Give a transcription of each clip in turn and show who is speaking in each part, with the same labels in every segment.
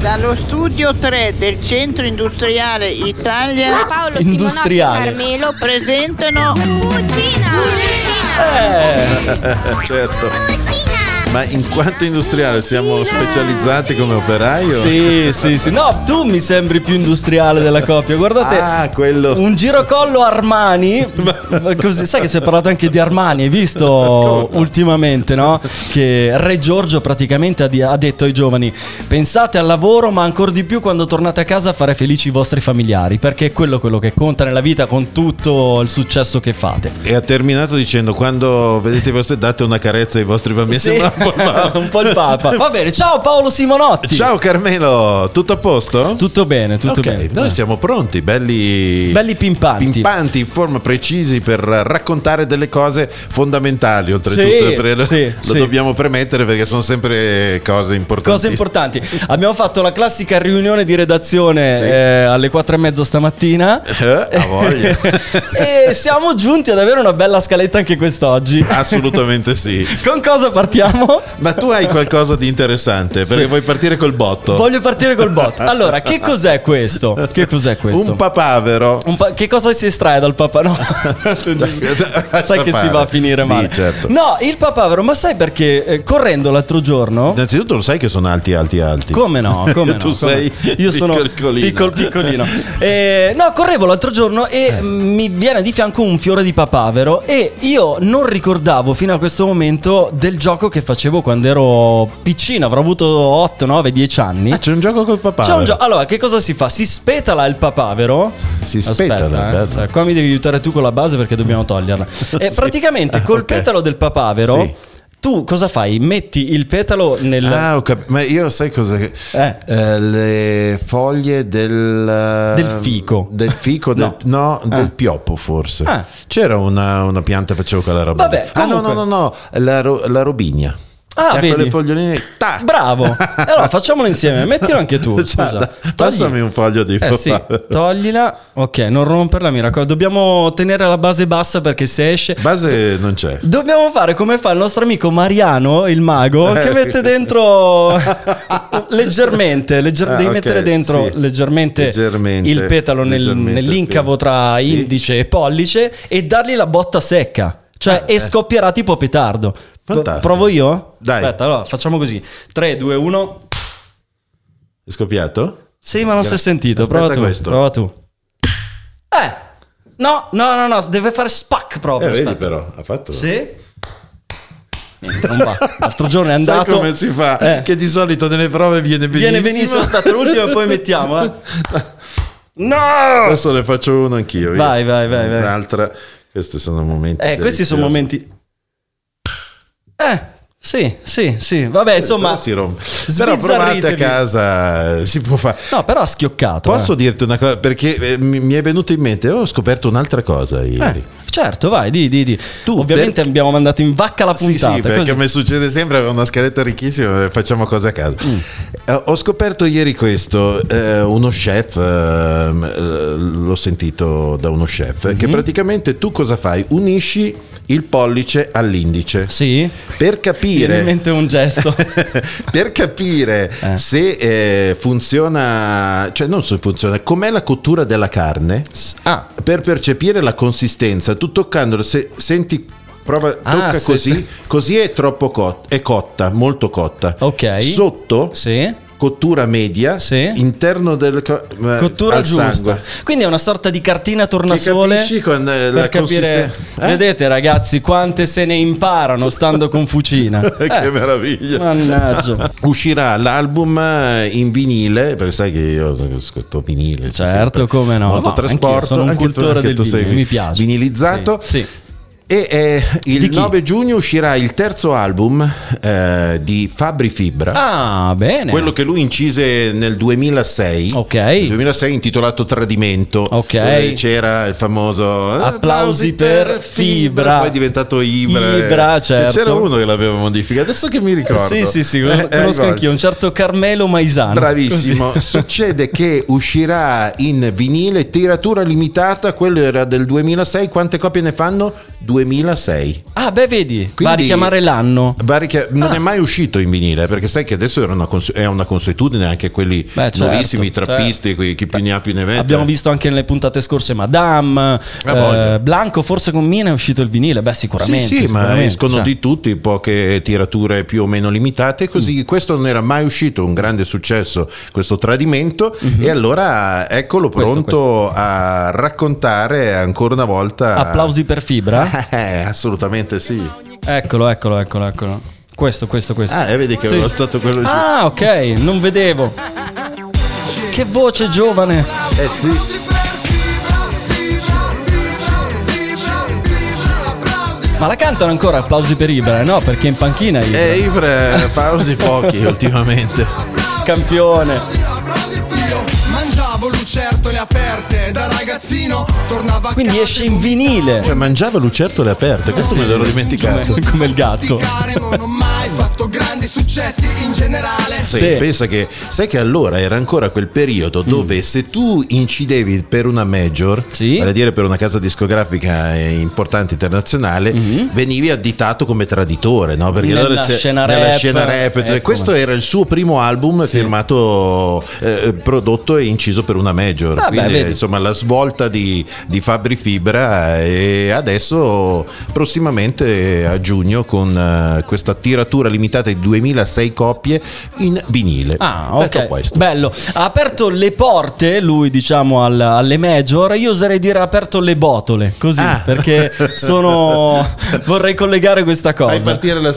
Speaker 1: Dallo studio 3 del Centro Industriale Italia
Speaker 2: Paolo
Speaker 3: Industriale.
Speaker 2: Simonotto Carmelo
Speaker 1: presentano
Speaker 2: Cucina Cucina
Speaker 3: Eh,
Speaker 4: certo.
Speaker 2: Cucina
Speaker 4: Ma in quanto industriale siamo specializzati come operaio?
Speaker 3: Sì, sì, sì. No, tu mi sembri più industriale della coppia. Guardate.
Speaker 4: Ah, quello.
Speaker 3: Un girocollo Armani, Ma così, sai che si è parlato anche di Armani, hai visto ultimamente, no? Che Re Giorgio praticamente ha, di- ha detto ai giovani: pensate al lavoro, ma ancora di più quando tornate a casa a fare felici i vostri familiari, perché è quello quello che conta nella vita con tutto il successo che fate.
Speaker 4: E ha terminato dicendo: Quando vedete i vostri, date una carezza ai vostri bambini.
Speaker 3: Sì,
Speaker 4: Sembra un po' male.
Speaker 3: un po' il papa. Va bene, ciao Paolo Simonotti.
Speaker 4: Ciao Carmelo, tutto a posto?
Speaker 3: Tutto bene, tutto
Speaker 4: ok,
Speaker 3: bene.
Speaker 4: noi siamo pronti, belli,
Speaker 3: Belli pimpanti.
Speaker 4: pimpanti, in forma precisi per raccontare delle cose fondamentali. Oltretutto,
Speaker 3: Sì,
Speaker 4: perché lo,
Speaker 3: sì,
Speaker 4: lo
Speaker 3: sì.
Speaker 4: dobbiamo premettere perché sono sempre cose importanti.
Speaker 3: Cose importanti. Abbiamo fatto la classica riunione di redazione
Speaker 4: Sì.
Speaker 3: eh, alle quattro e mezza stamattina.
Speaker 4: Eh, ha voglia.
Speaker 3: e siamo giunti ad avere una bella scaletta anche quest'oggi.
Speaker 4: Ah. Assolutamente sì.
Speaker 3: Con cosa partiamo?
Speaker 4: Ma tu hai qualcosa di interessante perché
Speaker 3: Sì.
Speaker 4: vuoi partire col botto.
Speaker 3: Voglio partire col bot. Allora, che cos'è questo? Che cos'è questo?
Speaker 4: Un papavero.
Speaker 3: Un pa- che cosa si estrae dal papà? No. sai che si va a finire
Speaker 4: Sì,
Speaker 3: male.
Speaker 4: certo.
Speaker 3: No, il papavero, ma sai perché eh, correndo l'altro giorno
Speaker 4: Innanzitutto lo sai che sono alti, alti, alti.
Speaker 3: Come no? Come no, come
Speaker 4: Tu sei
Speaker 3: no. Io sono
Speaker 4: piccolino.
Speaker 3: piccol- piccolino. Eh, no, correvo l'altro giorno e
Speaker 4: Eh.
Speaker 3: mm, mi viene di fianco un fiore di papavero e io non ricordavo fino a questo momento del gioco che facevo quando ero piccino, avrò avuto 8, 9, 10 anni.
Speaker 4: Ah, c'è un gioco col papavero.
Speaker 3: C'è un Ah, gioco. Allora, che cosa si fa? Si spetala il papavero.
Speaker 4: Si
Speaker 3: Aspetta,
Speaker 4: spetala,
Speaker 3: eh.
Speaker 4: bello. Mm.
Speaker 3: Sai, Qua mi devi aiutare tu con la base perché dobbiamo toglierla. E
Speaker 4: Sì. Ah,
Speaker 3: praticamente col
Speaker 4: Ok.
Speaker 3: petalo del papavero.
Speaker 4: Sì.
Speaker 3: Tu cosa fai? Metti il petalo nel.
Speaker 4: Ah, ho cap- ma io sai cosa.
Speaker 3: Eh.
Speaker 4: Eh, le foglie del.
Speaker 3: Del fico.
Speaker 4: Del fico, del- no, del pioppo forse.
Speaker 3: Ah.
Speaker 4: C'era una, una pianta, facevo quella roba.
Speaker 3: Vabbè,
Speaker 4: lì. ah, no, no,
Speaker 3: comunque.
Speaker 4: no, no, la, ro- la robinia.
Speaker 3: Ah,
Speaker 4: C'ha
Speaker 3: vedi.
Speaker 4: quelle foglioline. Tac.
Speaker 3: Bravo. E Allora facciamolo insieme. Eh, Mettilo anche tu.
Speaker 4: Cioè,
Speaker 3: scusa.
Speaker 4: da-
Speaker 3: Togli-
Speaker 4: passami un foglio di
Speaker 3: Eh sì,
Speaker 4: papavero.
Speaker 3: toglila. Ok, non romperla, mi raccomando. Dobbiamo tenere la base bassa perché se esce
Speaker 4: Base non c'è.
Speaker 3: Dobbiamo fare come fa il nostro amico Mariano, il mago,
Speaker 4: Eh,
Speaker 3: che mette dentro leggermente, legger-
Speaker 4: Ah,
Speaker 3: devi
Speaker 4: ok,
Speaker 3: mettere dentro
Speaker 4: sì.
Speaker 3: leggermente,
Speaker 4: Leggermente,
Speaker 3: il petalo nel-
Speaker 4: leggermente,
Speaker 3: nell'incavo
Speaker 4: sì.
Speaker 3: tra
Speaker 4: Sì.
Speaker 3: indice e pollice e dargli la botta secca. Cioè, e scoppierà tipo petardo. Pro-
Speaker 4: Eh, Fantastico.
Speaker 3: Provo io?
Speaker 4: Dai.
Speaker 3: Aspetta, allora facciamo così. 3, 2, 1.
Speaker 4: È scoppiato?
Speaker 3: Sì, ma non si è sentito.
Speaker 4: Aspetta
Speaker 3: Prova tu.
Speaker 4: questo.
Speaker 3: Prova tu. Eh! No, no, no, no, deve fare spack proprio.
Speaker 4: Eh, vedi
Speaker 3: Oh, aspetta.
Speaker 4: però, ha fatto.
Speaker 3: Sì. Niente, non va. L'altro giorno è
Speaker 4: Sai
Speaker 3: andato.
Speaker 4: come si fa?
Speaker 3: Eh.
Speaker 4: Che di solito nelle prove viene benissimo.
Speaker 3: Viene benissimo, aspetta l'ultimo e poi mettiamo. eh. No!
Speaker 4: Adesso ne faccio uno anch'io. io.
Speaker 3: Vai, vai, vai, vai.
Speaker 4: Un'altra. Questi sono momenti.
Speaker 3: Eh, questi sono
Speaker 4: deliziosi.
Speaker 3: momenti. Eh, sì, sì, sì. Vabbè,
Speaker 4: Eh, Però
Speaker 3: insomma.
Speaker 4: si rompe. Però provate a
Speaker 3: sbizzarritevi.
Speaker 4: casa, eh, si può fare.
Speaker 3: No, però ha schioccato.
Speaker 4: Posso dirti una cosa? Perché eh, mi mi è venuto in mente, ho scoperto un'altra cosa
Speaker 3: eh.
Speaker 4: ieri.
Speaker 3: Eh, certo, vai, di, di, di.
Speaker 4: Tu
Speaker 3: Ovviamente
Speaker 4: perché-
Speaker 3: abbiamo mandato in vacca la
Speaker 4: Sì,
Speaker 3: puntata.
Speaker 4: sì, perché
Speaker 3: così.
Speaker 4: a me succede sempre, avevo una scaletta ricchissima, eh, facciamo cose a caso.
Speaker 3: Mm.
Speaker 4: Eh, ho scoperto ieri questo, eh, uno chef, ehm, eh, l'ho sentito da uno chef, che
Speaker 3: Mhm.
Speaker 4: praticamente tu cosa fai? Unisci il pollice all'indice.
Speaker 3: Sì.
Speaker 4: Per
Speaker 3: Mi viene in
Speaker 4: capire,
Speaker 3: mente un gesto.
Speaker 4: per capire se eh, funziona, cioè non se funziona, com'è la cottura della carne,
Speaker 3: ah,
Speaker 4: per percepire la consistenza, tu toccandolo, se senti, prova,
Speaker 3: Ah,
Speaker 4: tocca
Speaker 3: se-
Speaker 4: così,
Speaker 3: se-
Speaker 4: così è troppo cotta, è cotta, molto cotta.
Speaker 3: Ok.
Speaker 4: Sotto,
Speaker 3: sì.
Speaker 4: cottura media,
Speaker 3: Sì.
Speaker 4: interno del... co- eh,
Speaker 3: Cottura
Speaker 4: al
Speaker 3: giusta.
Speaker 4: sangue.
Speaker 3: Quindi è una sorta di cartina tornasole.
Speaker 4: Che capisci con, eh,
Speaker 3: per
Speaker 4: la
Speaker 3: capire,
Speaker 4: consistenza. Eh?
Speaker 3: Vedete ragazzi quante se ne imparano stando con fucina.
Speaker 4: che
Speaker 3: Eh,
Speaker 4: meraviglia.
Speaker 3: Mannaggia.
Speaker 4: Uscirà l'album eh, in vinile, perché sai che io ascolto vinile. c'è
Speaker 3: Certo,
Speaker 4: sempre
Speaker 3: come no.
Speaker 4: Molto
Speaker 3: No, anch'io
Speaker 4: trasporto.
Speaker 3: sono un
Speaker 4: anche tu-
Speaker 3: cultore
Speaker 4: anche
Speaker 3: del
Speaker 4: tu sei
Speaker 3: vinile, mi piace.
Speaker 4: Vinilizzato.
Speaker 3: Sì, sì.
Speaker 4: E eh,
Speaker 3: Di
Speaker 4: il
Speaker 3: chi?
Speaker 4: 9 giugno uscirà il terzo album eh, di Fabri Fibra.
Speaker 3: Ah, bene.
Speaker 4: Quello che lui incise nel 2006,
Speaker 3: Ok.
Speaker 4: Nel 2006 intitolato Tradimento,
Speaker 3: Ok.
Speaker 4: dove c'era il famoso eh,
Speaker 3: Applausi per Fibra.
Speaker 4: poi è diventato Ibra. Eh,
Speaker 3: Ibra, certo.
Speaker 4: C'era uno che l'aveva modificato, adesso che mi ricordo.
Speaker 3: Sì, sì, sì,
Speaker 4: Eh, eh,
Speaker 3: conosco
Speaker 4: guarda.
Speaker 3: anch'io, un certo Carmelo Maisano.
Speaker 4: Bravissimo, succede che uscirà in vinile tiratura limitata, quello era del 2006, quante copie ne fanno? 2.000 2006.
Speaker 3: Ah, beh, vedi, va a
Speaker 4: Quindi-
Speaker 3: richiamare l'anno. Ah.
Speaker 4: Barry Ca- non è mai uscito in vinile perché sai che adesso era una cons- è una consuetudine anche quelli
Speaker 3: Beh, certo,
Speaker 4: nuovissimi, trappisti,
Speaker 3: certo.
Speaker 4: quei- chi più ne ha più ne mette.
Speaker 3: Abbiamo visto anche nelle puntate scorse Madame,
Speaker 4: Ah, voglio.
Speaker 3: eh, Blanco, forse con Mina è uscito il vinile, beh
Speaker 4: Sì,
Speaker 3: sicuramente.
Speaker 4: sì, ma
Speaker 3: sicuramente,
Speaker 4: escono
Speaker 3: cioè.
Speaker 4: di tutti, poche tirature più o meno limitate,
Speaker 3: Mm.
Speaker 4: così questo non era mai uscito, un grande successo, questo tradimento, e allora eccolo
Speaker 3: Mhm. Questo,
Speaker 4: pronto a raccontare ancora una volta...
Speaker 3: Applausi per fibra.
Speaker 4: Eh, assolutamente sì.
Speaker 3: Eccolo, eccolo, eccolo, eccolo. Questo, questo, questo.
Speaker 4: Ah, eh, vedi che avevo
Speaker 3: Sì.
Speaker 4: alzato quello giù.
Speaker 3: Ah, ok, non vedevo. Che voce giovane.
Speaker 4: Eh sì.
Speaker 3: Ma la cantano ancora applausi per Ibra, eh, no? Perché è in panchina Ibra.
Speaker 4: E Ibra, Eh, pausi pochi ultimamente.
Speaker 3: Campione.
Speaker 5: Mangiavo lucertole aperte da ragazzino, tornavo a
Speaker 3: Quindi
Speaker 5: casa
Speaker 3: esce in vinile.
Speaker 4: Cioè, mangiava lucertole aperte, questo me l'ero dimenticato.
Speaker 3: Come, come il gatto.
Speaker 5: praticare, certo non ho mai fatto grandi successi in generale.
Speaker 4: Sì,
Speaker 3: Sì. Mm.
Speaker 4: pensa che sai che allora era ancora quel periodo dove se tu incidevi per una major,
Speaker 3: Sì.
Speaker 4: vale a dire per una casa discografica eh, importante internazionale, venivi additato come traditore, no? Perché
Speaker 3: Mm-hmm. Nella
Speaker 4: allora c'è-
Speaker 3: scena
Speaker 4: nella
Speaker 3: rap,
Speaker 4: scena rap,
Speaker 3: ecco,
Speaker 4: e questo era il suo primo album firmato eh, prodotto e inciso per una major.
Speaker 3: Vabbè,
Speaker 4: Quindi,
Speaker 3: vedi.
Speaker 4: insomma, la svolta di, di Fabri Fibra eh, e adesso prossimamente a giugno con eh, questa tiratura limitata di 2006 copie in vinile.
Speaker 3: Ah,
Speaker 4: Ecco
Speaker 3: ok.
Speaker 4: questo.
Speaker 3: Bello. Ha aperto le porte, lui diciamo al- alle major, io oserei dire ha aperto le botole, così,
Speaker 4: Ah.
Speaker 3: perché sono vorrei collegare questa
Speaker 4: Fai
Speaker 3: cosa.
Speaker 4: partire la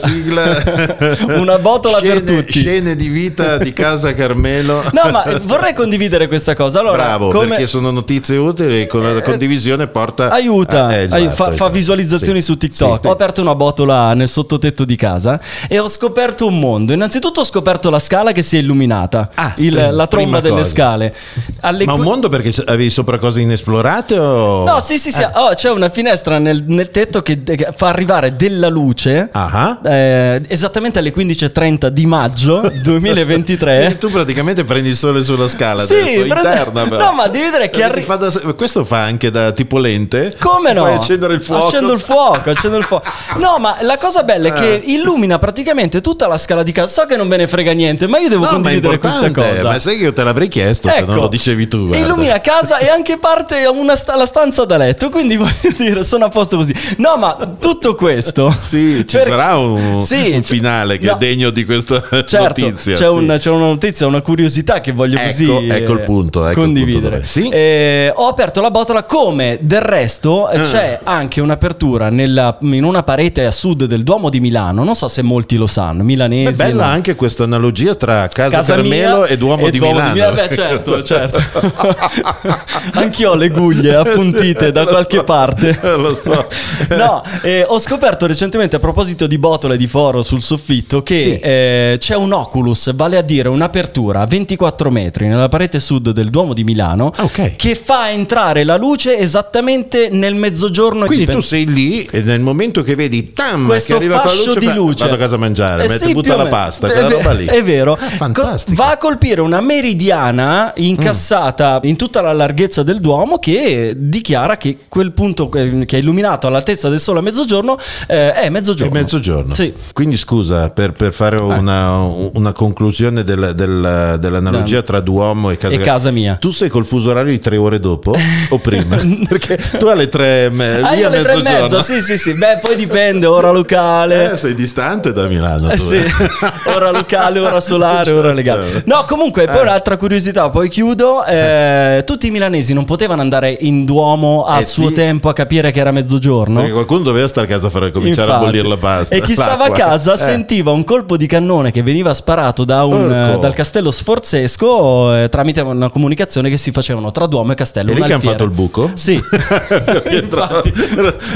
Speaker 4: sigla.
Speaker 3: Una botola
Speaker 4: Scene-
Speaker 3: per tutti.
Speaker 4: Scene di vita di casa Carmelo.
Speaker 3: No, ma vorrei condividere questa cosa. Allora,
Speaker 4: Bravo,
Speaker 3: come- Eh,
Speaker 4: perché sono notizie utili e con la condivisione porta...
Speaker 3: Aiuta,
Speaker 4: Eh, esatto,
Speaker 3: ai- fa, fa
Speaker 4: esatto.
Speaker 3: visualizzazioni
Speaker 4: Sì.
Speaker 3: su TikTok.
Speaker 4: Sì.
Speaker 3: Ho aperto una botola nel sottotetto di casa e ho scoperto un mondo. Innanzitutto ho scoperto la scala che si è illuminata,
Speaker 4: Ah,
Speaker 3: Il-
Speaker 4: prima-
Speaker 3: la tromba
Speaker 4: prima
Speaker 3: delle
Speaker 4: cosa.
Speaker 3: scale. Alle
Speaker 4: Ma un
Speaker 3: que-
Speaker 4: mondo perché avevi sopra cose inesplorate o...
Speaker 3: No, sì, sì,
Speaker 4: Eh.
Speaker 3: sì. Oh, c'è una finestra nel, nel tetto che che fa arrivare della luce.
Speaker 4: Ah.
Speaker 3: eh, esattamente alle 15.30 di maggio 2023.
Speaker 4: Quindi tu praticamente prendi il sole sulla scala
Speaker 3: Sì,
Speaker 4: adesso,
Speaker 3: prende-
Speaker 4: interna però.
Speaker 3: No, ma devi vedere che
Speaker 4: Perché
Speaker 3: arri-
Speaker 4: ti fa da- Questo fa anche da tipo lente.
Speaker 3: Come no?
Speaker 4: Puoi accendere il fuoco.
Speaker 3: Accendo il fuoco, accendo il fuoco. No, ma la cosa bella è che
Speaker 4: Eh.
Speaker 3: illumina praticamente tutta la scala di casa. So che non ve ne frega niente, ma io devo
Speaker 4: No, ma è
Speaker 3: condividere questa
Speaker 4: importante,
Speaker 3: cosa. Ecco,
Speaker 4: ma sai che io te l'avrei chiesto se non lo dicevi tu. guarda.
Speaker 3: illumina casa e anche parte una sta- la stanza da letto, quindi voglio dire, sono a posto così. No, ma tutto questo.
Speaker 4: Sì, ci
Speaker 3: per-
Speaker 4: sarà un,
Speaker 3: Sì,
Speaker 4: un
Speaker 3: c-
Speaker 4: finale che
Speaker 3: no,
Speaker 4: è degno di questa
Speaker 3: Certo,
Speaker 4: notizia.
Speaker 3: c'è,
Speaker 4: sì.
Speaker 3: un- c'è una notizia, una curiosità che voglio
Speaker 4: Ecco,
Speaker 3: così eh,
Speaker 4: ecco il punto, ecco il
Speaker 3: condividere.
Speaker 4: punto dove- sì.
Speaker 3: Eh, ho aperto la botola come del resto
Speaker 4: Ah.
Speaker 3: eh, c'è anche un'apertura nella- in una parete a sud del Duomo di Milano, non so se molti lo sanno,
Speaker 4: È
Speaker 3: milanesi.
Speaker 4: bella
Speaker 3: no?
Speaker 4: anche questa analogia tra Casa,
Speaker 3: Casa
Speaker 4: Carmelo
Speaker 3: mia
Speaker 4: e Duomo di Milano.
Speaker 3: Beh, certo, certo. Anch'io ho le guglie appuntite da
Speaker 4: Lo
Speaker 3: qualche
Speaker 4: so,
Speaker 3: parte.
Speaker 4: Lo so.
Speaker 3: No, eh, ho scoperto recentemente a proposito di botole di foro sul soffitto che
Speaker 4: Sì.
Speaker 3: eh, c'è un oculus, vale a dire un'apertura a 24 metri nella parete sud del Duomo di Milano
Speaker 4: Ah, ok.
Speaker 3: che fa entrare la luce esattamente nel mezzogiorno.
Speaker 4: Quindi
Speaker 3: Dipende-
Speaker 4: tu sei lì e nel momento che vedi tam
Speaker 3: questo
Speaker 4: che arriva quella
Speaker 3: fascio
Speaker 4: luce,
Speaker 3: di
Speaker 4: fa-
Speaker 3: luce
Speaker 4: vado a casa a mangiare,
Speaker 3: Eh
Speaker 4: mette-
Speaker 3: sì, più
Speaker 4: butta
Speaker 3: o
Speaker 4: la
Speaker 3: meno.
Speaker 4: pasta,
Speaker 3: È
Speaker 4: quella
Speaker 3: ve-
Speaker 4: roba lì.
Speaker 3: è vero
Speaker 4: Ah, fantastico.
Speaker 3: Co- va a colpire una meridiana incassata in tutta la larghezza del Duomo che dichiara che quel punto che che è illuminato all'altezza del sole a mezzogiorno eh, è
Speaker 4: È
Speaker 3: mezzogiorno
Speaker 4: mezzogiorno.
Speaker 3: Sì. Eh.
Speaker 4: Quindi scusa, per, per fare una, una conclusione del- del- dell'analogia tra Duomo e casa,
Speaker 3: E casa mia.
Speaker 4: Tu sei col fuso orario di tre ore dopo o prima? Perché tu alle tre e me-
Speaker 3: Ah,
Speaker 4: lì
Speaker 3: io
Speaker 4: a
Speaker 3: alle tre e
Speaker 4: mezzogiorno.
Speaker 3: mezza, sì, sì, sì. Beh, poi dipende, ora locale.
Speaker 4: Eh, sei distante da Milano.
Speaker 3: Eh
Speaker 4: tu,
Speaker 3: sì,
Speaker 4: eh.
Speaker 3: ora locale, ora solare,
Speaker 4: Cioè,
Speaker 3: ora legale. No, comunque,
Speaker 4: Eh.
Speaker 3: poi un'altra curiosità, poi chiudo. eh, tutti i milanesi non potevano andare in Duomo a
Speaker 4: Eh
Speaker 3: suo
Speaker 4: sì.
Speaker 3: tempo a capire che era mezzogiorno.
Speaker 4: Perché qualcuno doveva stare a casa a far cominciare
Speaker 3: Infatti.
Speaker 4: a bollire la pasta.
Speaker 3: E chi stava a
Speaker 4: l'acqua.
Speaker 3: casa
Speaker 4: Eh.
Speaker 3: sentiva un colpo di cannone che veniva sparato da un,
Speaker 4: Porco.
Speaker 3: eh, dal castello sforzesco eh, tramite una comunicazione che si facevano tra Duomo e castello.
Speaker 4: E lì
Speaker 3: un
Speaker 4: che hanno
Speaker 3: alfiere.
Speaker 4: fatto il buco?
Speaker 3: Sì. Infatti.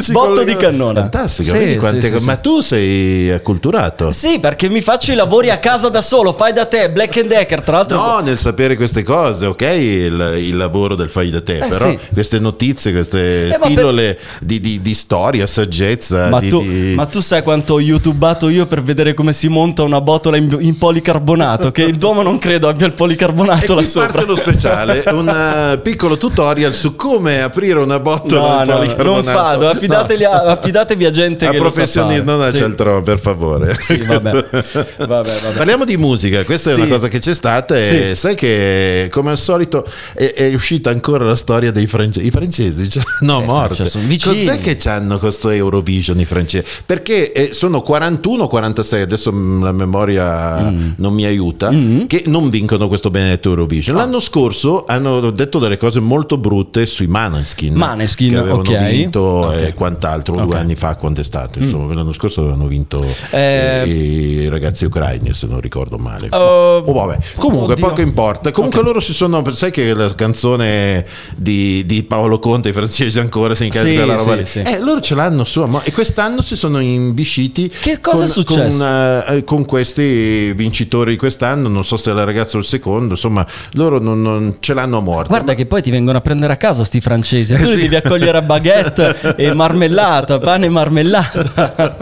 Speaker 4: Si
Speaker 3: Botto
Speaker 4: collega-
Speaker 3: di cannone.
Speaker 4: Fantastico,
Speaker 3: Sì,
Speaker 4: vedi
Speaker 3: sì,
Speaker 4: quante
Speaker 3: sì,
Speaker 4: co-
Speaker 3: sì.
Speaker 4: ma tu sei acculturato.
Speaker 3: Sì, perché mi faccio i lavori a casa da solo, fai da te, Black and Decker, tra l'altro.
Speaker 4: No, nel sapere queste cose, ok? Il, il lavoro del fai da te,
Speaker 3: Eh,
Speaker 4: però
Speaker 3: sì.
Speaker 4: queste notizie, queste
Speaker 3: Eh, ma per-
Speaker 4: pillole di, di- di storia, saggezza.
Speaker 3: Ma
Speaker 4: Eh, di-
Speaker 3: tu,
Speaker 4: di-
Speaker 3: ma tu sai quanto ho youtubato io per vedere come si monta una botola in, in policarbonato? Che il Duomo non credo abbia il
Speaker 4: E
Speaker 3: policarbonato là
Speaker 4: qui
Speaker 3: sopra.
Speaker 4: parte lo speciale, un eh, piccolo tutorial su come aprire una
Speaker 3: No,
Speaker 4: botola al
Speaker 3: no, non
Speaker 4: policarbonato.
Speaker 3: fado. Affidateli a, affidatevi a gente
Speaker 4: a
Speaker 3: che
Speaker 4: professionisti, non a
Speaker 3: lo sa fare. Sì.
Speaker 4: cialtrone, per favore.
Speaker 3: Sì, vabbè. Vabbè, vabbè.
Speaker 4: Parliamo di musica, questa
Speaker 3: Sì.
Speaker 4: è una cosa che c'è stata e
Speaker 3: Sì.
Speaker 4: sai che come al solito è, è uscita ancora la storia dei francesi. I francesi ci hanno morte.
Speaker 3: Francia, sono Eh, vicini.
Speaker 4: Cos'è che hanno questo Eurovision i francesi? Perché eh, sono 41 46, adesso mm, la memoria
Speaker 3: Mm.
Speaker 4: non mi aiuta, che non vincono questo benedetto
Speaker 3: Ah.
Speaker 4: Eurovision. L'anno scorso hanno detto delle cose molto brutte sui Maneskin.
Speaker 3: Maneskin,
Speaker 4: che avevano
Speaker 3: ok. Mm.
Speaker 4: vinto e quant'altro due anni fa quando è stato. Insomma, l'anno scorso avevano vinto
Speaker 3: Eh,
Speaker 4: eh, i ragazzi ucraini, se non ricordo male.
Speaker 3: Oh,
Speaker 4: Oh, vabbè. Comunque,
Speaker 3: oddio.
Speaker 4: poco importa. Comunque, loro si sono. Sai che la canzone di, di Paolo Conte, i francesi ancora si incarica
Speaker 3: Sì,
Speaker 4: della roba
Speaker 3: sì,
Speaker 4: lì.
Speaker 3: sì.
Speaker 4: Eh, loro ce l'hanno sua. ma- e quest'anno si sono imbisciti.
Speaker 3: Che cosa è
Speaker 4: con,
Speaker 3: successo?
Speaker 4: Con, eh, con questi vincitori di quest'anno. Non so se la ragazza o il secondo. Insomma, loro non, non ce l'hanno a morte.
Speaker 3: Guarda che poi ti vengono a prendere a casa sti francesi, tu li
Speaker 4: sì.
Speaker 3: devi accogliere a baguette e marmellata, pane e marmellata.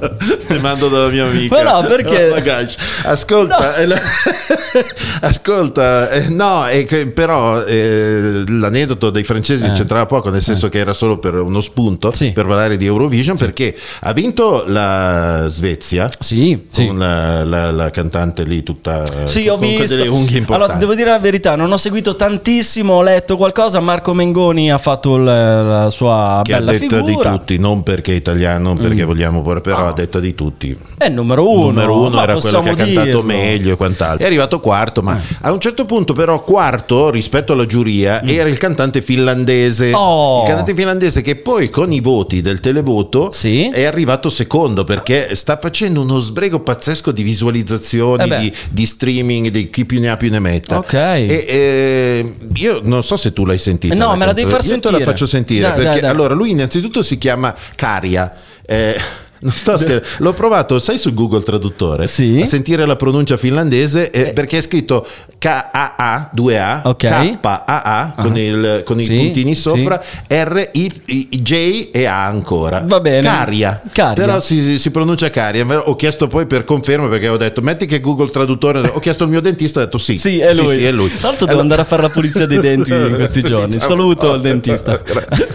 Speaker 4: Ti mando dalla mia amica.
Speaker 3: Ma no, perché?
Speaker 4: Oh my gosh. Ascolta, eh, la- ascolta, eh, no, eh, che- però eh, l'aneddoto dei francesi c'entrava poco, nel senso che era solo per uno spunto
Speaker 3: Eh. Sì.
Speaker 4: per parlare di Eurovision, perché ha vinto la Svezia.
Speaker 3: Sì, sì.
Speaker 4: Con la, la- la cantante lì tutta
Speaker 3: Sì,
Speaker 4: con-
Speaker 3: ho
Speaker 4: con
Speaker 3: visto.
Speaker 4: Ecco, delle unghie importanti.
Speaker 3: Allora, devo dire la verità, non ho seguito tantissimo, ho letto qualcosa. Marco Mengoni ha fatto il- la sua
Speaker 4: che ha
Speaker 3: bella figura.
Speaker 4: detta
Speaker 3: Mm. Ah.
Speaker 4: di tutti, non perché è italiano, non perché vogliamo, però ha detta di tutti.
Speaker 3: È il numero uno.
Speaker 4: numero uno
Speaker 3: ma
Speaker 4: era quello che ha
Speaker 3: possiamo
Speaker 4: cantato
Speaker 3: dirlo. Eh.
Speaker 4: meglio e quant'altro. È arrivato quarto, ma a un certo punto, però, quarto rispetto alla giuria era il cantante finlandese.
Speaker 3: Mm. Oh.
Speaker 4: Il cantante finlandese che poi con i voti del televoto
Speaker 3: Sì.
Speaker 4: è arrivato secondo perché sta facendo uno sbrego pazzesco di visualizzazioni,
Speaker 3: Eh beh.
Speaker 4: di, di streaming, di chi più ne ha più ne metta.
Speaker 3: Ok.
Speaker 4: E, eh, io non so se tu l'hai sentita.
Speaker 3: No,
Speaker 4: la
Speaker 3: me la devi
Speaker 4: canzone.
Speaker 3: far
Speaker 4: Io te
Speaker 3: sentire.
Speaker 4: la faccio sentire
Speaker 3: Dai,
Speaker 4: perché
Speaker 3: dai, dai.
Speaker 4: allora lui innanzitutto si chiama Caria. Eh, non sto scherzando. L'ho provato, sai su Google Traduttore?
Speaker 3: Sì.
Speaker 4: A sentire la pronuncia finlandese eh, perché è scritto K-A-A, 2A,
Speaker 3: Ok. Ah.
Speaker 4: K-A-A con, il- con
Speaker 3: Sì,
Speaker 4: i puntini sopra, R, I, I- J e A ancora.
Speaker 3: Va bene.
Speaker 4: Caria.
Speaker 3: Caria.
Speaker 4: Però si, si pronuncia Caria. Ma Ho chiesto poi per conferma perché ho detto metti che Google Traduttore, ho chiesto al mio dentista, ha detto sì.
Speaker 3: Sì, è lui.
Speaker 4: Sì, è lui. Diciamo,
Speaker 3: Tra l'altro devo andare a fare la pulizia dei denti in questi giorni.
Speaker 4: Ciao.
Speaker 3: Saluto il dentista.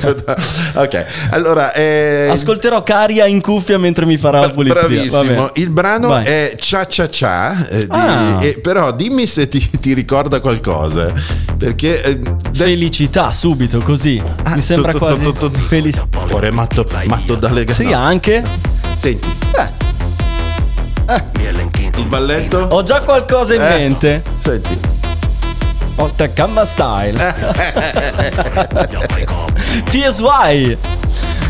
Speaker 4: Oh, ok, allora eh,
Speaker 3: Ascolterò Caria in cuffia mentre mi farà la pulizia.
Speaker 4: Bravissimo,
Speaker 3: Vabbè.
Speaker 4: il brano
Speaker 3: Vai.
Speaker 4: è Cia Cia Cia, eh, di-
Speaker 3: Ah.
Speaker 4: eh, però dimmi se ti, ti ricorda qualcosa, perché eh, de-
Speaker 3: Felicità, subito, così.
Speaker 4: ah,
Speaker 3: Mi sembra
Speaker 4: tu- tu-
Speaker 3: quasi.
Speaker 4: tu- tu- tu-
Speaker 3: Feli-
Speaker 4: Cuore matto, matto da lega-
Speaker 3: Sì, ah.
Speaker 4: no.
Speaker 3: anche.
Speaker 4: Senti,
Speaker 3: Eh.
Speaker 4: il
Speaker 6: Mielenkiinto.
Speaker 4: balletto,
Speaker 3: Ho già qualcosa in
Speaker 4: Eh.
Speaker 3: mente.
Speaker 4: senti,
Speaker 3: Ho Takamba Style.
Speaker 6: Ja paikkaa.
Speaker 3: PSY.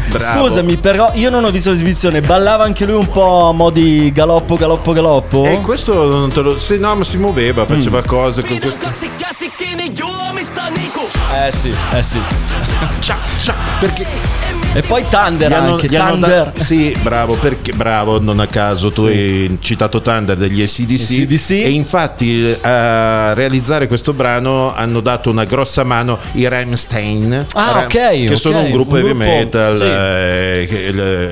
Speaker 4: bravo.
Speaker 3: Scusami, però io non ho visto l'esibizione. Ballava anche lui un po' a mo' di galoppo, galoppo, galoppo.
Speaker 4: E Eh, questo non te lo, se no, ma si muoveva,
Speaker 3: Mm.
Speaker 4: faceva cose con
Speaker 6: Pidän
Speaker 4: questo.
Speaker 6: kaksi käsikini juomista niinku.
Speaker 3: Eh sì, eh sì.
Speaker 4: Cia, cia, perché
Speaker 3: E poi Thunder
Speaker 4: Gli hanno-
Speaker 3: anche.
Speaker 4: gli hanno
Speaker 3: Thunder.
Speaker 4: da- sì, bravo, perché bravo, non a caso tu hai citato Thunder degli ACDC,
Speaker 3: AC/DC.
Speaker 4: e infatti eh, a realizzare questo brano hanno dato una grossa mano i Rammstein,
Speaker 3: Ah,
Speaker 4: Ram-
Speaker 3: ok,
Speaker 4: che
Speaker 3: ok,
Speaker 4: sono un gruppo
Speaker 3: un
Speaker 4: heavy
Speaker 3: gruppo,
Speaker 4: metal,
Speaker 3: sì.
Speaker 4: eh, che-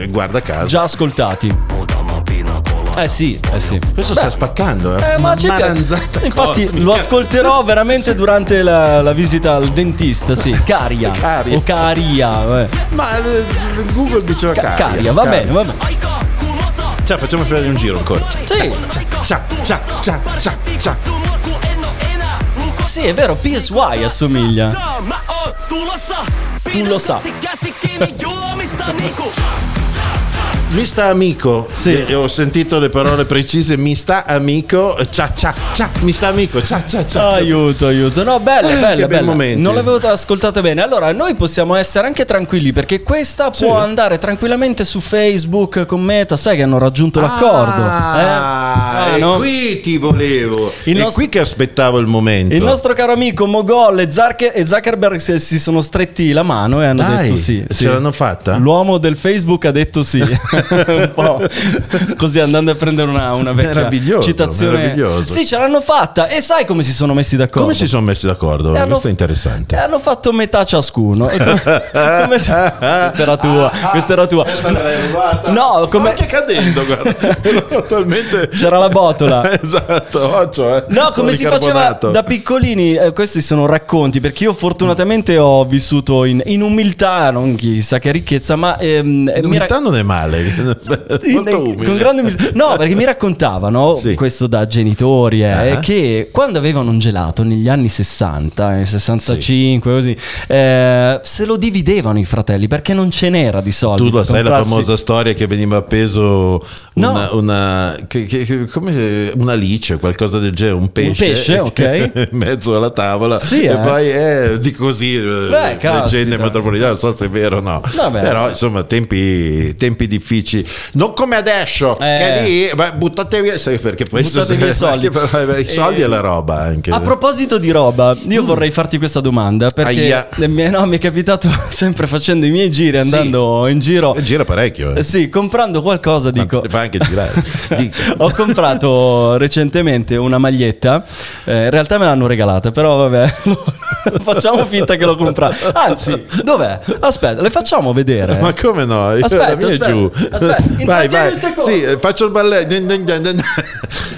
Speaker 4: il- guarda caso.
Speaker 3: Già ascoltati.
Speaker 6: Muutama pina kola.
Speaker 3: Eh sì, eh sì.
Speaker 4: Questo sta spaccando, eh.
Speaker 3: Eh, ma
Speaker 4: Una
Speaker 3: ci piace.
Speaker 4: maranzata
Speaker 3: Infatti
Speaker 4: cosmica.
Speaker 3: lo ascolterò veramente durante la, la visita al dentista, sì. Caria.
Speaker 4: Caria.
Speaker 3: O Caria. vabbè.
Speaker 4: Ma eh, Google diceva
Speaker 3: Ca-
Speaker 4: Caria.
Speaker 3: caria, va bene, va bene.
Speaker 6: Aika kumota.
Speaker 4: Ciao, facciamo fare un giro ancora.
Speaker 3: Sì.
Speaker 4: Ciao, ciao, ciao, ciao, ciao.
Speaker 6: Katso mua ku en oo enää. Luko
Speaker 3: Sì, è vero, PSY assomiglia.
Speaker 6: saa. Mä oon tulossa. Pidän
Speaker 3: Tulossa.
Speaker 6: kaksi käsikini juomista niinku.
Speaker 4: Mi sta amico.
Speaker 3: Sì.
Speaker 4: Eh, ho sentito le parole precise. Mi sta amico. Cia cia cia. Mi sta amico. Cia cia cia.
Speaker 3: Aiuto, aiuto. No, bella, bella,
Speaker 4: Eh, che bei
Speaker 3: bella.
Speaker 4: momenti.
Speaker 3: Non l'avevo ascoltata bene. Allora, noi possiamo essere anche tranquilli perché questa può andare tranquillamente su Facebook con Meta, sai che hanno raggiunto l'accordo.
Speaker 4: Ah,
Speaker 3: eh? Ah,
Speaker 4: e
Speaker 3: no?
Speaker 4: qui ti volevo.
Speaker 3: Il
Speaker 4: è
Speaker 3: nostro-
Speaker 4: qui che aspettavo il momento.
Speaker 3: Il nostro caro amico Mogol e, Zark- e Zuckerberg si, si sono stretti la mano e hanno
Speaker 4: Dai,
Speaker 3: detto sì.
Speaker 4: ce
Speaker 3: sì.
Speaker 4: l'hanno fatta?
Speaker 3: L'uomo del Facebook ha detto sì. un po' così andando a prendere una, una vecchia
Speaker 4: Meraviglioso,
Speaker 3: citazione.
Speaker 4: meraviglioso.
Speaker 3: Sì, ce l'hanno fatta e sai come si sono messi d'accordo?
Speaker 4: Come si sono messi d'accordo?
Speaker 3: E hanno- Eh,
Speaker 4: Questo è interessante.
Speaker 3: e hanno fatto metà ciascuno. E come- come si- questa era tua, questa era tua. No, come-
Speaker 4: Sto anche cadendo, guarda. Ero Totalmente...
Speaker 3: C'era la botola.
Speaker 4: esatto, occhio, eh.
Speaker 3: No, come si faceva
Speaker 4: Policarbonato.
Speaker 3: da piccolini, eh, questi sono racconti, perché io fortunatamente ho vissuto in, in umiltà, non chissà che ricchezza, ma... ehm, eh, mi ra-
Speaker 4: L'umiltà non è male, molto
Speaker 3: in-
Speaker 4: umile.
Speaker 3: con grande umiltà. No, perché mi raccontavano
Speaker 4: Sì.
Speaker 3: questo da genitori eh,
Speaker 4: Ah.
Speaker 3: che quando avevano un gelato negli anni 60, nel 65, così, eh, se lo dividevano i fratelli perché non ce n'era di soldi.
Speaker 4: Tu
Speaker 3: da
Speaker 4: lo sai la
Speaker 3: comprarsi.
Speaker 4: famosa storia che veniva appeso una,
Speaker 3: No.
Speaker 4: una, che- che- che- come- una lice, qualcosa del genere, un pesce,
Speaker 3: pesce, ok.
Speaker 4: in mezzo alla tavola
Speaker 3: Sì,
Speaker 4: e
Speaker 3: eh.
Speaker 4: poi eh, di così, eh,
Speaker 3: caspita.
Speaker 4: leggende metropolitane, non so se è vero o no,
Speaker 3: Vabbè.
Speaker 4: però insomma tempi, tempi difficili, non come adesso
Speaker 3: Eh.
Speaker 4: che lì beh, buttate via, sai, perché poi
Speaker 3: Buttate via i soldi.
Speaker 4: anche per- i soldi
Speaker 3: Eh,
Speaker 4: e la roba anche.
Speaker 3: A proposito di roba, io vorrei farti questa domanda perché
Speaker 4: Mm. Aia.
Speaker 3: eh, mi, no, mi è capitato sempre facendo i miei giri, andando in giro.
Speaker 4: Gira parecchio, eh.
Speaker 3: Eh Sì, comprando qualcosa dico.
Speaker 4: fa anche girare. Dica.
Speaker 3: Ho comprato recentemente una maglietta, eh, in realtà me l'hanno regalata, però vabbè, facciamo finta che l'ho comprata. Anzi, dov'è? Aspetta, le facciamo vedere.
Speaker 4: Ma come no? Io
Speaker 3: Eh. Aspetta,
Speaker 4: la mia
Speaker 3: aspetta,
Speaker 4: è giù.
Speaker 3: aspetta, intrattieni un secondo.
Speaker 4: Sì, eh, faccio il balletto. Dun, dun, dun, dun.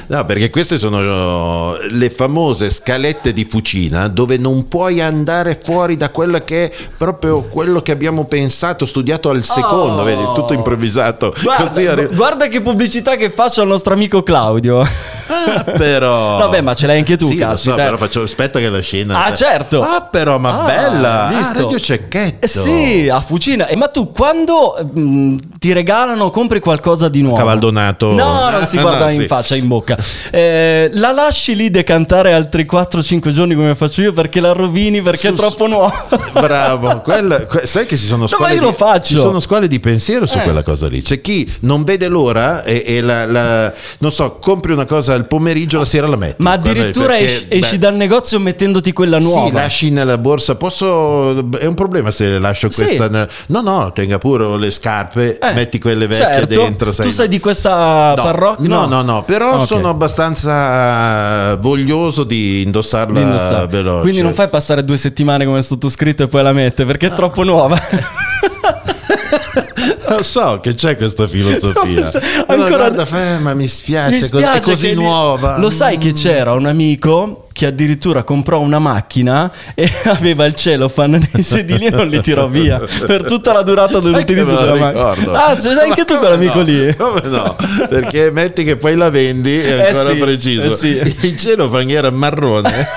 Speaker 4: No, perché queste sono eh, le famose scalette di fucina dove non puoi andare fuori da quello che è proprio quello che abbiamo pensato, studiato al secondo, vedi, tutto improvvisato. Così
Speaker 3: Oh. Guarda,
Speaker 4: arri-
Speaker 3: gu- guarda che pubblicità che faccio al nostro amico Claudio.
Speaker 4: Ah, però.
Speaker 3: Vabbè, ma ce l'hai anche tu,
Speaker 4: sì, lo
Speaker 3: caspita,
Speaker 4: so,
Speaker 3: eh.
Speaker 4: però faccio- aspetta che la scena.
Speaker 3: Ah, certo.
Speaker 4: Ah, però, ma
Speaker 3: Ah,
Speaker 4: bella.
Speaker 3: visto.
Speaker 4: Ah, Radio Cecchetto.
Speaker 3: Eh sì,
Speaker 4: Certo.
Speaker 3: a fucina. Eh, ma tu quando mh, ti regalano, compri qualcosa di nuovo?
Speaker 4: Cavaldonato.
Speaker 3: No, non si
Speaker 4: Ah,
Speaker 3: guarda
Speaker 4: no,
Speaker 3: in
Speaker 4: sì.
Speaker 3: faccia, in bocca. Eh, la lasci lì decantare altri 4-5 giorni come faccio io perché la rovini perché è
Speaker 4: Su-
Speaker 3: troppo nuova.
Speaker 4: Bravo, quella- que- sai che ci sono scuole,
Speaker 3: ma io
Speaker 4: di,
Speaker 3: lo faccio.
Speaker 4: ci sono scuole di pensiero su
Speaker 3: Eh.
Speaker 4: quella cosa lì. C'è chi non vede l'ora e, e la, la- non so, compri una cosa al pomeriggio, la sera la metti.
Speaker 3: Ma addirittura
Speaker 4: Guarda,
Speaker 3: esci,
Speaker 4: perché,
Speaker 3: esci
Speaker 4: beh,
Speaker 3: dal negozio mettendoti quella nuova.
Speaker 4: Sì, lasci nella borsa. Posso. È un problema se lascio
Speaker 3: Sì.
Speaker 4: questa. nel- No, no, tenga pure le scarpe,
Speaker 3: Eh,
Speaker 4: metti quelle vecchie
Speaker 3: certo.
Speaker 4: dentro.
Speaker 3: Tu sei di questa
Speaker 4: No,
Speaker 3: parrocchia? Ah,
Speaker 4: No, no, no, però
Speaker 3: Ok.
Speaker 4: sono abbastanza voglioso di indossarla
Speaker 3: Di indossare.
Speaker 4: veloce.
Speaker 3: Quindi non fai passare due settimane come sottoscritto e poi la mette perché
Speaker 4: Ah.
Speaker 3: è troppo nuova.
Speaker 4: Lo Eh, so che c'è questa filosofia.
Speaker 3: Non so,
Speaker 4: Allora,
Speaker 3: ancora-
Speaker 4: guarda, fa, ma mi spiace,
Speaker 3: Mi
Speaker 4: Eh, cioè, è cos- è
Speaker 3: spiace
Speaker 4: così
Speaker 3: che lì-
Speaker 4: nuova.
Speaker 3: Lo sai che c'era un amico che addirittura comprò una macchina e aveva il cellophane nei sedili e non li tirò via per tutta la durata
Speaker 4: Sai che
Speaker 3: dell'utilizzo
Speaker 4: me lo
Speaker 3: della
Speaker 4: ricordo.
Speaker 3: macchina. Ah, c'è
Speaker 4: Ma
Speaker 3: anche tu
Speaker 4: come
Speaker 3: quell'amico
Speaker 4: no?
Speaker 3: lì.
Speaker 4: Come no? Perché metti che poi la vendi è
Speaker 3: Eh
Speaker 4: ancora
Speaker 3: sì,
Speaker 4: preciso.
Speaker 3: eh sì.
Speaker 4: Il celofan era marrone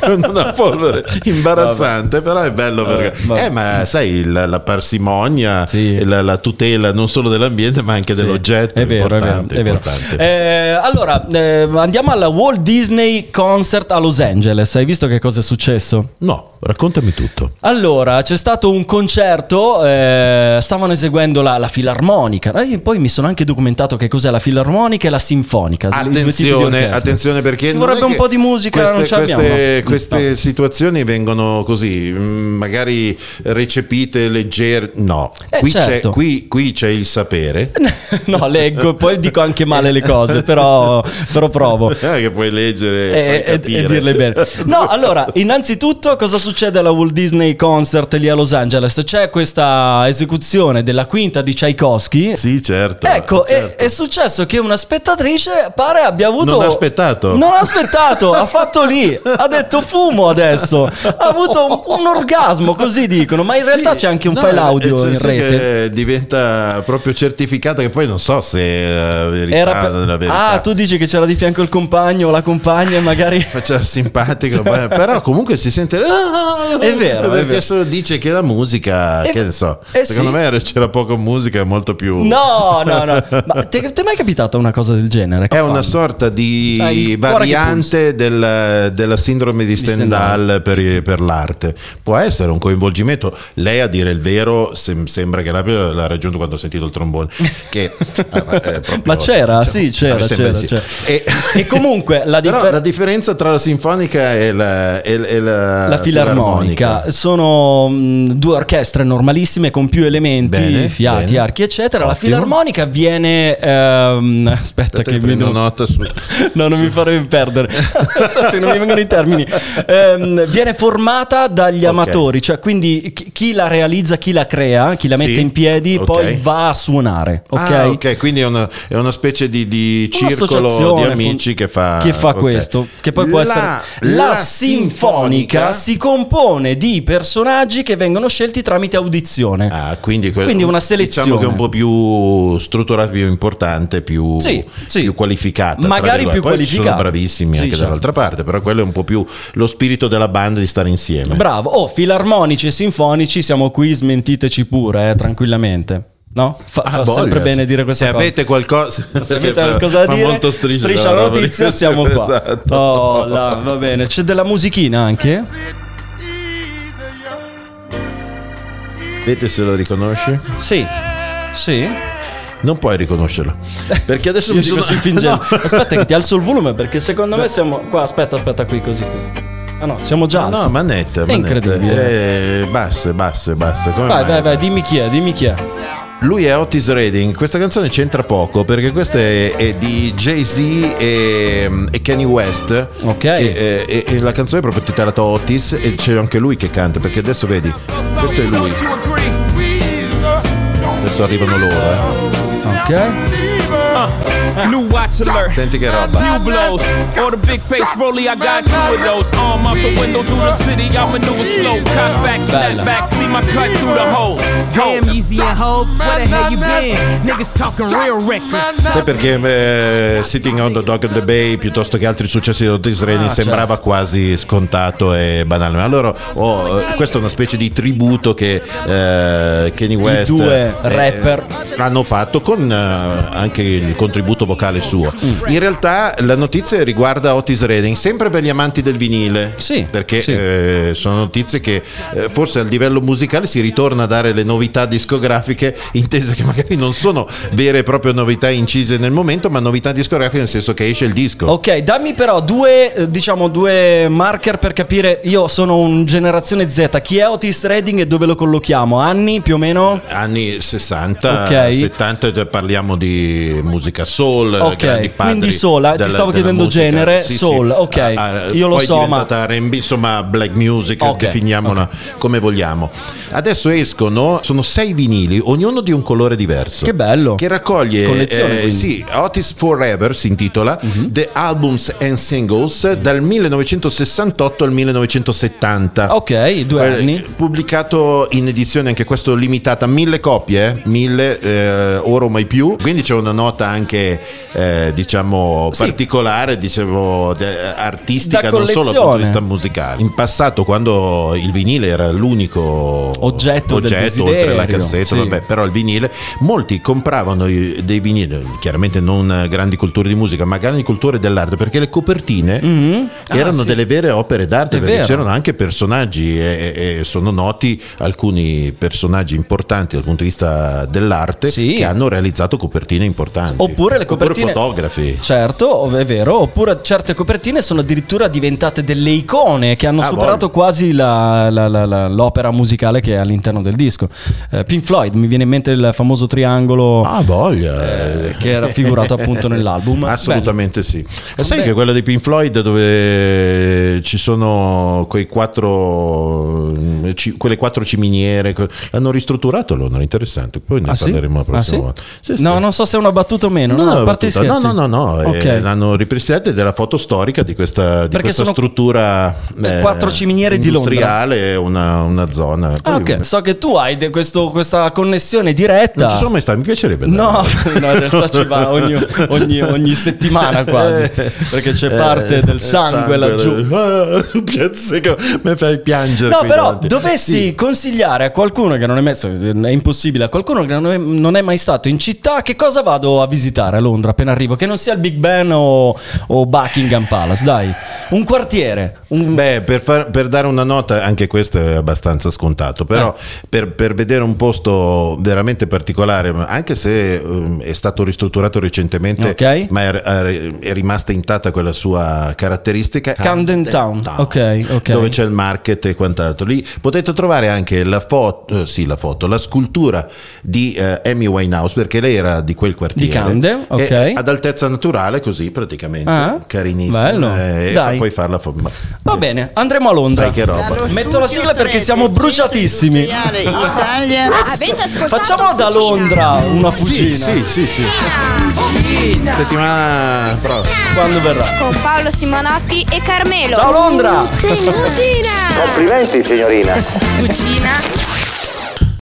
Speaker 4: con una polvere imbarazzante, però è bello
Speaker 3: Vabbè,
Speaker 4: perché
Speaker 3: vabbè.
Speaker 4: Eh, ma sai la, la parsimonia,
Speaker 3: Sì.
Speaker 4: e la, la tutela non solo dell'ambiente, ma anche dell'oggetto
Speaker 3: È vero, è vero,
Speaker 4: importante,
Speaker 3: è vero.
Speaker 4: importante.
Speaker 3: Eh, allora, eh, andiamo alla Walt Disney Concert a Los Angeles. Hai visto che cosa è successo?
Speaker 4: No, raccontami tutto.
Speaker 3: Allora, c'è stato un concerto, eh, stavano eseguendo la, la filarmonica, Eh, poi mi sono anche documentato che cos'è la filarmonica e la sinfonica. i due tipi di
Speaker 4: Attenzione,
Speaker 3: orchestre.
Speaker 4: attenzione perché
Speaker 3: ci
Speaker 4: non
Speaker 3: vorrebbe
Speaker 4: è
Speaker 3: un
Speaker 4: che
Speaker 3: po' di musica,
Speaker 4: Queste,
Speaker 3: non ce l'abbiamo.
Speaker 4: queste-
Speaker 3: No.
Speaker 4: queste situazioni vengono così, mh, magari recepite, leggere. No,
Speaker 3: Eh,
Speaker 4: qui,
Speaker 3: certo.
Speaker 4: c'è, qui- qui c'è il sapere.
Speaker 3: no, leggo e poi dico anche male le cose, però, però provo.
Speaker 4: Eh, che puoi leggere
Speaker 3: E,
Speaker 4: puoi
Speaker 3: Eh, e-
Speaker 4: capire.
Speaker 3: e dirle bene. No, allora, innanzitutto cosa succede alla Walt Disney Concert lì a Los Angeles? C'è questa esecuzione della quinta di Tchaikovsky.
Speaker 4: Sì, certo.
Speaker 3: Ecco, è-
Speaker 4: certo.
Speaker 3: è, successo che una spettatrice pare abbia avuto.
Speaker 4: Non ha aspettato.
Speaker 3: Non ha aspettato, ha fatto lì. Ha detto fumo adesso. Ha avuto un, un orgasmo, così dicono. Ma in realtà
Speaker 4: Sì,
Speaker 3: c'è anche un
Speaker 4: no,
Speaker 3: file
Speaker 4: nel
Speaker 3: audio in
Speaker 4: senso
Speaker 3: rete.
Speaker 4: che diventa proprio certificato che poi non so se è la verità,
Speaker 3: Era per-
Speaker 4: della verità.
Speaker 3: Ah, tu dici che c'era di fianco il compagno o la compagna, e magari.
Speaker 4: faceva simpatico, ma- però comunque si sente.
Speaker 3: Cioè.
Speaker 4: "Ah,
Speaker 3: È vero, è
Speaker 4: Perché
Speaker 3: vero.
Speaker 4: solo dice che la musica,
Speaker 3: Eh,
Speaker 4: che ne so,
Speaker 3: eh
Speaker 4: secondo
Speaker 3: sì.
Speaker 4: me c'era poco musica, e molto più.
Speaker 3: No, no, no. Ma ti ti è mai capitata una cosa del genere?
Speaker 4: È una
Speaker 3: Fanno?
Speaker 4: sorta di
Speaker 3: Dai, il cuore che
Speaker 4: variante del- della sindrome di Stendhal per, i- per l'arte. Può essere un coinvolgimento. Lei, a dire il vero, sem- sembra che l'abbia l'ha raggiunto quando ho sentito il trombone. Che, eh, ma è proprio-
Speaker 3: Ma c'era, sì,
Speaker 4: a
Speaker 3: c'era,
Speaker 4: me sembra
Speaker 3: c'era,
Speaker 4: di
Speaker 3: c'era.
Speaker 4: E-
Speaker 3: E comunque la
Speaker 4: Però
Speaker 3: differenza.
Speaker 4: la differenza tra la sinfonica e la, e- e la-
Speaker 3: La filarmonica. Eh, filarmonica. Sono mh, due orchestre normalissime con più elementi,
Speaker 4: Bene,
Speaker 3: fiati,
Speaker 4: bene.
Speaker 3: archi, eccetera. La
Speaker 4: Ottimo.
Speaker 3: filarmonica viene. ehm, aspetta,
Speaker 4: Aspetta
Speaker 3: che
Speaker 4: che
Speaker 3: mi
Speaker 4: prendo
Speaker 3: devo-
Speaker 4: nota su...
Speaker 3: No, non mi farei perdere. Aspetta, non mi vengono i termini. Ehm, viene formata dagli
Speaker 4: Ok.
Speaker 3: amatori, cioè quindi chi, chi la realizza, chi la crea, chi la
Speaker 4: Sì,
Speaker 3: mette in piedi,
Speaker 4: ok.
Speaker 3: poi va a suonare. Ok.
Speaker 4: Ah, ok, quindi è una, è una specie di, di circolo di
Speaker 3: Un'associazione
Speaker 4: amici
Speaker 3: fun-
Speaker 4: che fa, ok.
Speaker 3: questo che poi può
Speaker 4: La-
Speaker 3: essere
Speaker 4: la
Speaker 3: la sinfonica si compone di personaggi che vengono scelti tramite audizione
Speaker 4: Ah, quindi, que-
Speaker 3: Quindi una selezione.
Speaker 4: Diciamo che è un po' più strutturata, più importante, più,
Speaker 3: Sì, sì.
Speaker 4: più qualificata. tra
Speaker 3: Magari
Speaker 4: virgolette.
Speaker 3: più
Speaker 4: Poi ci Sono
Speaker 3: qualificata.
Speaker 4: bravissimi
Speaker 3: Sì,
Speaker 4: anche
Speaker 3: certo.
Speaker 4: dall'altra parte, però quello è un po' più lo spirito della band di stare insieme.
Speaker 3: bravo oh filarmonici e sinfonici siamo qui smentiteci pure eh, tranquillamente no? fa,
Speaker 4: Ah,
Speaker 3: fa
Speaker 4: voglia,
Speaker 3: sempre bene
Speaker 4: se-
Speaker 3: dire questa
Speaker 4: se
Speaker 3: cosa
Speaker 4: avete qualcosa
Speaker 3: se
Speaker 4: che
Speaker 3: avete
Speaker 4: fa-
Speaker 3: qualcosa
Speaker 4: fa
Speaker 3: da dire
Speaker 4: molto striscia,
Speaker 3: striscia la notizia siamo qua
Speaker 4: Esatto.
Speaker 3: oh là, va bene c'è della musichina anche
Speaker 4: Vedete se lo riconosci?
Speaker 3: sì sì
Speaker 4: Non puoi riconoscerlo. Perché adesso
Speaker 3: Io
Speaker 4: mi
Speaker 3: dico
Speaker 4: sono
Speaker 3: si fingendo. Aspetta che ti alzo il volume perché secondo me siamo qua, aspetta, aspetta qui così qui. Ah no, siamo già
Speaker 4: No,
Speaker 3: alti.
Speaker 4: no, manette,
Speaker 3: È incredibile.
Speaker 4: Eh, basse, basse, basse. Come
Speaker 3: Vai,
Speaker 4: mai?
Speaker 3: vai, vai, dimmi chi è, dimmi chi è.
Speaker 4: Lui è Otis Redding. Questa canzone c'entra poco perché questa è, è di Jay-Z e, e Kanye West.
Speaker 3: Ok.
Speaker 4: Che, eh, e, e la canzone è proprio titolata Otis e c'è anche lui che canta perché adesso vedi, questo è lui. Adesso arrivano loro. eh.
Speaker 3: Ok.
Speaker 6: New watch alert.
Speaker 4: Senti che roba.
Speaker 6: Few blows, or the big face rolly, I got two of those. Arm out the window through the city, I maneuver slow. Cut back, snap
Speaker 3: Bella.
Speaker 6: back, see my cut through the holes. Damn, Yeezy and Hope, where the hell you been? Niggas talking real reckless.
Speaker 4: Sai perché eh, Sitting on certo. the Dog of the Bay piuttosto che altri successi di Otis Redding
Speaker 3: Ah,
Speaker 4: sembrava quasi scontato e banale. Ma allora, oh, eh, questa è una specie di tributo che eh, Kanye West eh,
Speaker 3: due rapper.
Speaker 4: hanno fatto con eh, anche il contributo vocale suo.
Speaker 3: Mm.
Speaker 4: In realtà la notizia riguarda Otis Redding, sempre per gli amanti del vinile,
Speaker 3: Sì,
Speaker 4: perché
Speaker 3: sì.
Speaker 4: eh, sono notizie che eh, forse a livello musicale si ritorna a dare le novità discografiche, intese che magari non sono vere e proprie novità incise nel momento, ma novità discografiche nel senso che esce il disco.
Speaker 3: Ok, dammi però due, eh, diciamo, due marker per capire. Io sono un generazione Z. Chi è Otis Redding e dove lo collochiamo? Anni più o meno?
Speaker 4: Anni 60,
Speaker 3: Ok.
Speaker 4: 70, cioè parliamo di musica soul,
Speaker 3: Ok,
Speaker 4: grandi padri
Speaker 3: quindi sola, ti
Speaker 4: della-
Speaker 3: stavo
Speaker 4: della
Speaker 3: chiedendo
Speaker 4: musica. Ah,
Speaker 3: genere, soul, ok. Io lo
Speaker 4: poi è
Speaker 3: so, ma-
Speaker 4: diventata R&B, insomma, black music,
Speaker 3: Ok,
Speaker 4: definiamola come vogliamo. Adesso escono, sono sei vinili, ognuno di un colore diverso.
Speaker 3: Che bello.
Speaker 4: Che raccoglie
Speaker 3: Collezione,
Speaker 4: eh,
Speaker 3: quindi. Mhm.
Speaker 4: sì, Otis Forever si intitola The Albums and Singles dal 1968 al 1970.
Speaker 3: Ok, due
Speaker 4: Eh,
Speaker 3: anni.
Speaker 4: Pubblicato in edizione anche questo limitata a mille copie, eh? mille, eh, ora o mai più. Quindi c'è una nota anche, eh, diciamo, particolare, dicevo, de- artistica,
Speaker 3: Da
Speaker 4: non solo dal punto di
Speaker 3: collezione.
Speaker 4: vista musicale. In passato, quando il vinile era l'unico
Speaker 3: Oggetto del
Speaker 4: oltre
Speaker 3: desiderio,
Speaker 4: la cassetta,
Speaker 3: sì.
Speaker 4: vabbè, però il vinile, molti compravano i- dei vinili, chiaramente non eh, grandi culture di musica, ma grandi culture dell'arte, perché le copertine
Speaker 3: Ah,
Speaker 4: erano
Speaker 3: sì.
Speaker 4: delle vere opere d'arte,
Speaker 3: È
Speaker 4: perché
Speaker 3: vero.
Speaker 4: c'erano anche personaggi e, e- e sono noti alcuni personaggi importanti dal punto di vista dell'arte
Speaker 3: Sì.
Speaker 4: che hanno realizzato copertine importanti.
Speaker 3: Oppure le copertine.
Speaker 4: fotografi.
Speaker 3: Certo, ov- è vero. Oppure certe copertine sono addirittura diventate delle icone che hanno
Speaker 4: Ah,
Speaker 3: superato
Speaker 4: voglio.
Speaker 3: quasi la- la- la- la- l'opera musicale che è all'interno del disco. Eh, Pink Floyd, mi viene in mente il famoso triangolo
Speaker 4: Ah, voglia.
Speaker 3: eh, che era figurato appunto nell'album.
Speaker 4: Assolutamente sì. E sai
Speaker 3: Beh.
Speaker 4: che quella dei Pink Floyd dove ci sono quei quattro, mm, ci- quelle quattro ciminiere, que- l'hanno ristrutturato l'onore, interessante. Poi ne
Speaker 3: Ah, sì?
Speaker 4: parleremo la
Speaker 3: Ah,
Speaker 4: prossima
Speaker 3: sì?
Speaker 4: volta. Sì, sì.
Speaker 3: No, non so se è una battuta o meno. No,
Speaker 4: No,
Speaker 3: a parte i
Speaker 4: battuta. no,
Speaker 3: scherzi.
Speaker 4: no, no, no, eh,
Speaker 3: Ok.
Speaker 4: l'hanno ripristinata ed è la foto storica di questa, di
Speaker 3: Perché
Speaker 4: questa
Speaker 3: sono eh,
Speaker 4: struttura eh,
Speaker 3: quattro ciminiere di Londra.
Speaker 4: industriale, una, una zona. Poi-
Speaker 3: Ah, ok. So che tu hai de- questo- questa connessione diretta.
Speaker 4: Non ci sono mai stato, mi piacerebbe.
Speaker 3: No,
Speaker 4: andare.
Speaker 3: no, in realtà ci va ogni, ogni- ogni settimana quasi. Perché c'è
Speaker 4: Eh,
Speaker 3: parte del sangue laggiù.
Speaker 4: laggiù. mi fai piangere.
Speaker 3: No,
Speaker 4: qui
Speaker 3: però
Speaker 4: davanti.
Speaker 3: dovessi
Speaker 4: Sì.
Speaker 3: consigliare a qualcuno che non è messo, è impossibile, a qualcuno che non è, non è mai stato in città, che cosa vado a visitare a Londra appena arrivo, che non sia il Big Ben o, o Buckingham Palace, dai. Un quartiere. un-
Speaker 4: Beh, per, far- per dare una nota, anche questo è abbastanza scontato, però
Speaker 3: Eh.
Speaker 4: per, per vedere un posto veramente particolare, ma anche se ehm, è stato ristrutturato recentemente,
Speaker 3: Ok.
Speaker 4: ma è, è rimasta intatta quella sua caratteristica,
Speaker 3: Camden Town. Ok, ok.
Speaker 4: dove c'è il market e quant'altro. Lì potete trovare anche la foto, eh, sì, la foto, la scultura di eh, Amy Winehouse, perché lei era di quel quartiere.
Speaker 3: Camden,
Speaker 4: E-
Speaker 3: ok.
Speaker 4: ad altezza naturale, così praticamente,
Speaker 3: Ah,
Speaker 4: carinissima.
Speaker 3: bello.
Speaker 4: eh, e
Speaker 3: Dai.
Speaker 4: fa- puoi farla. fo- ma-
Speaker 3: Va bene, andremo a Londra.
Speaker 4: Sai che roba.
Speaker 1: Dallo
Speaker 3: Metto la
Speaker 1: studio
Speaker 3: sigla perché
Speaker 1: tre
Speaker 3: siamo
Speaker 1: del Centro
Speaker 3: bruciatissimi.
Speaker 1: Industriale Italia.
Speaker 2: Avete ascoltato?
Speaker 3: Facciamo da
Speaker 2: Cucina?
Speaker 3: Londra una
Speaker 4: Sì,
Speaker 3: fucina
Speaker 4: sì, sì, sì. Settimana prossima.
Speaker 3: quando verrà.
Speaker 2: Con Paolo Simonotti e Carmelo.
Speaker 3: Ciao Londra!
Speaker 2: Cucina.
Speaker 7: Complimenti signorina.
Speaker 2: Cucina.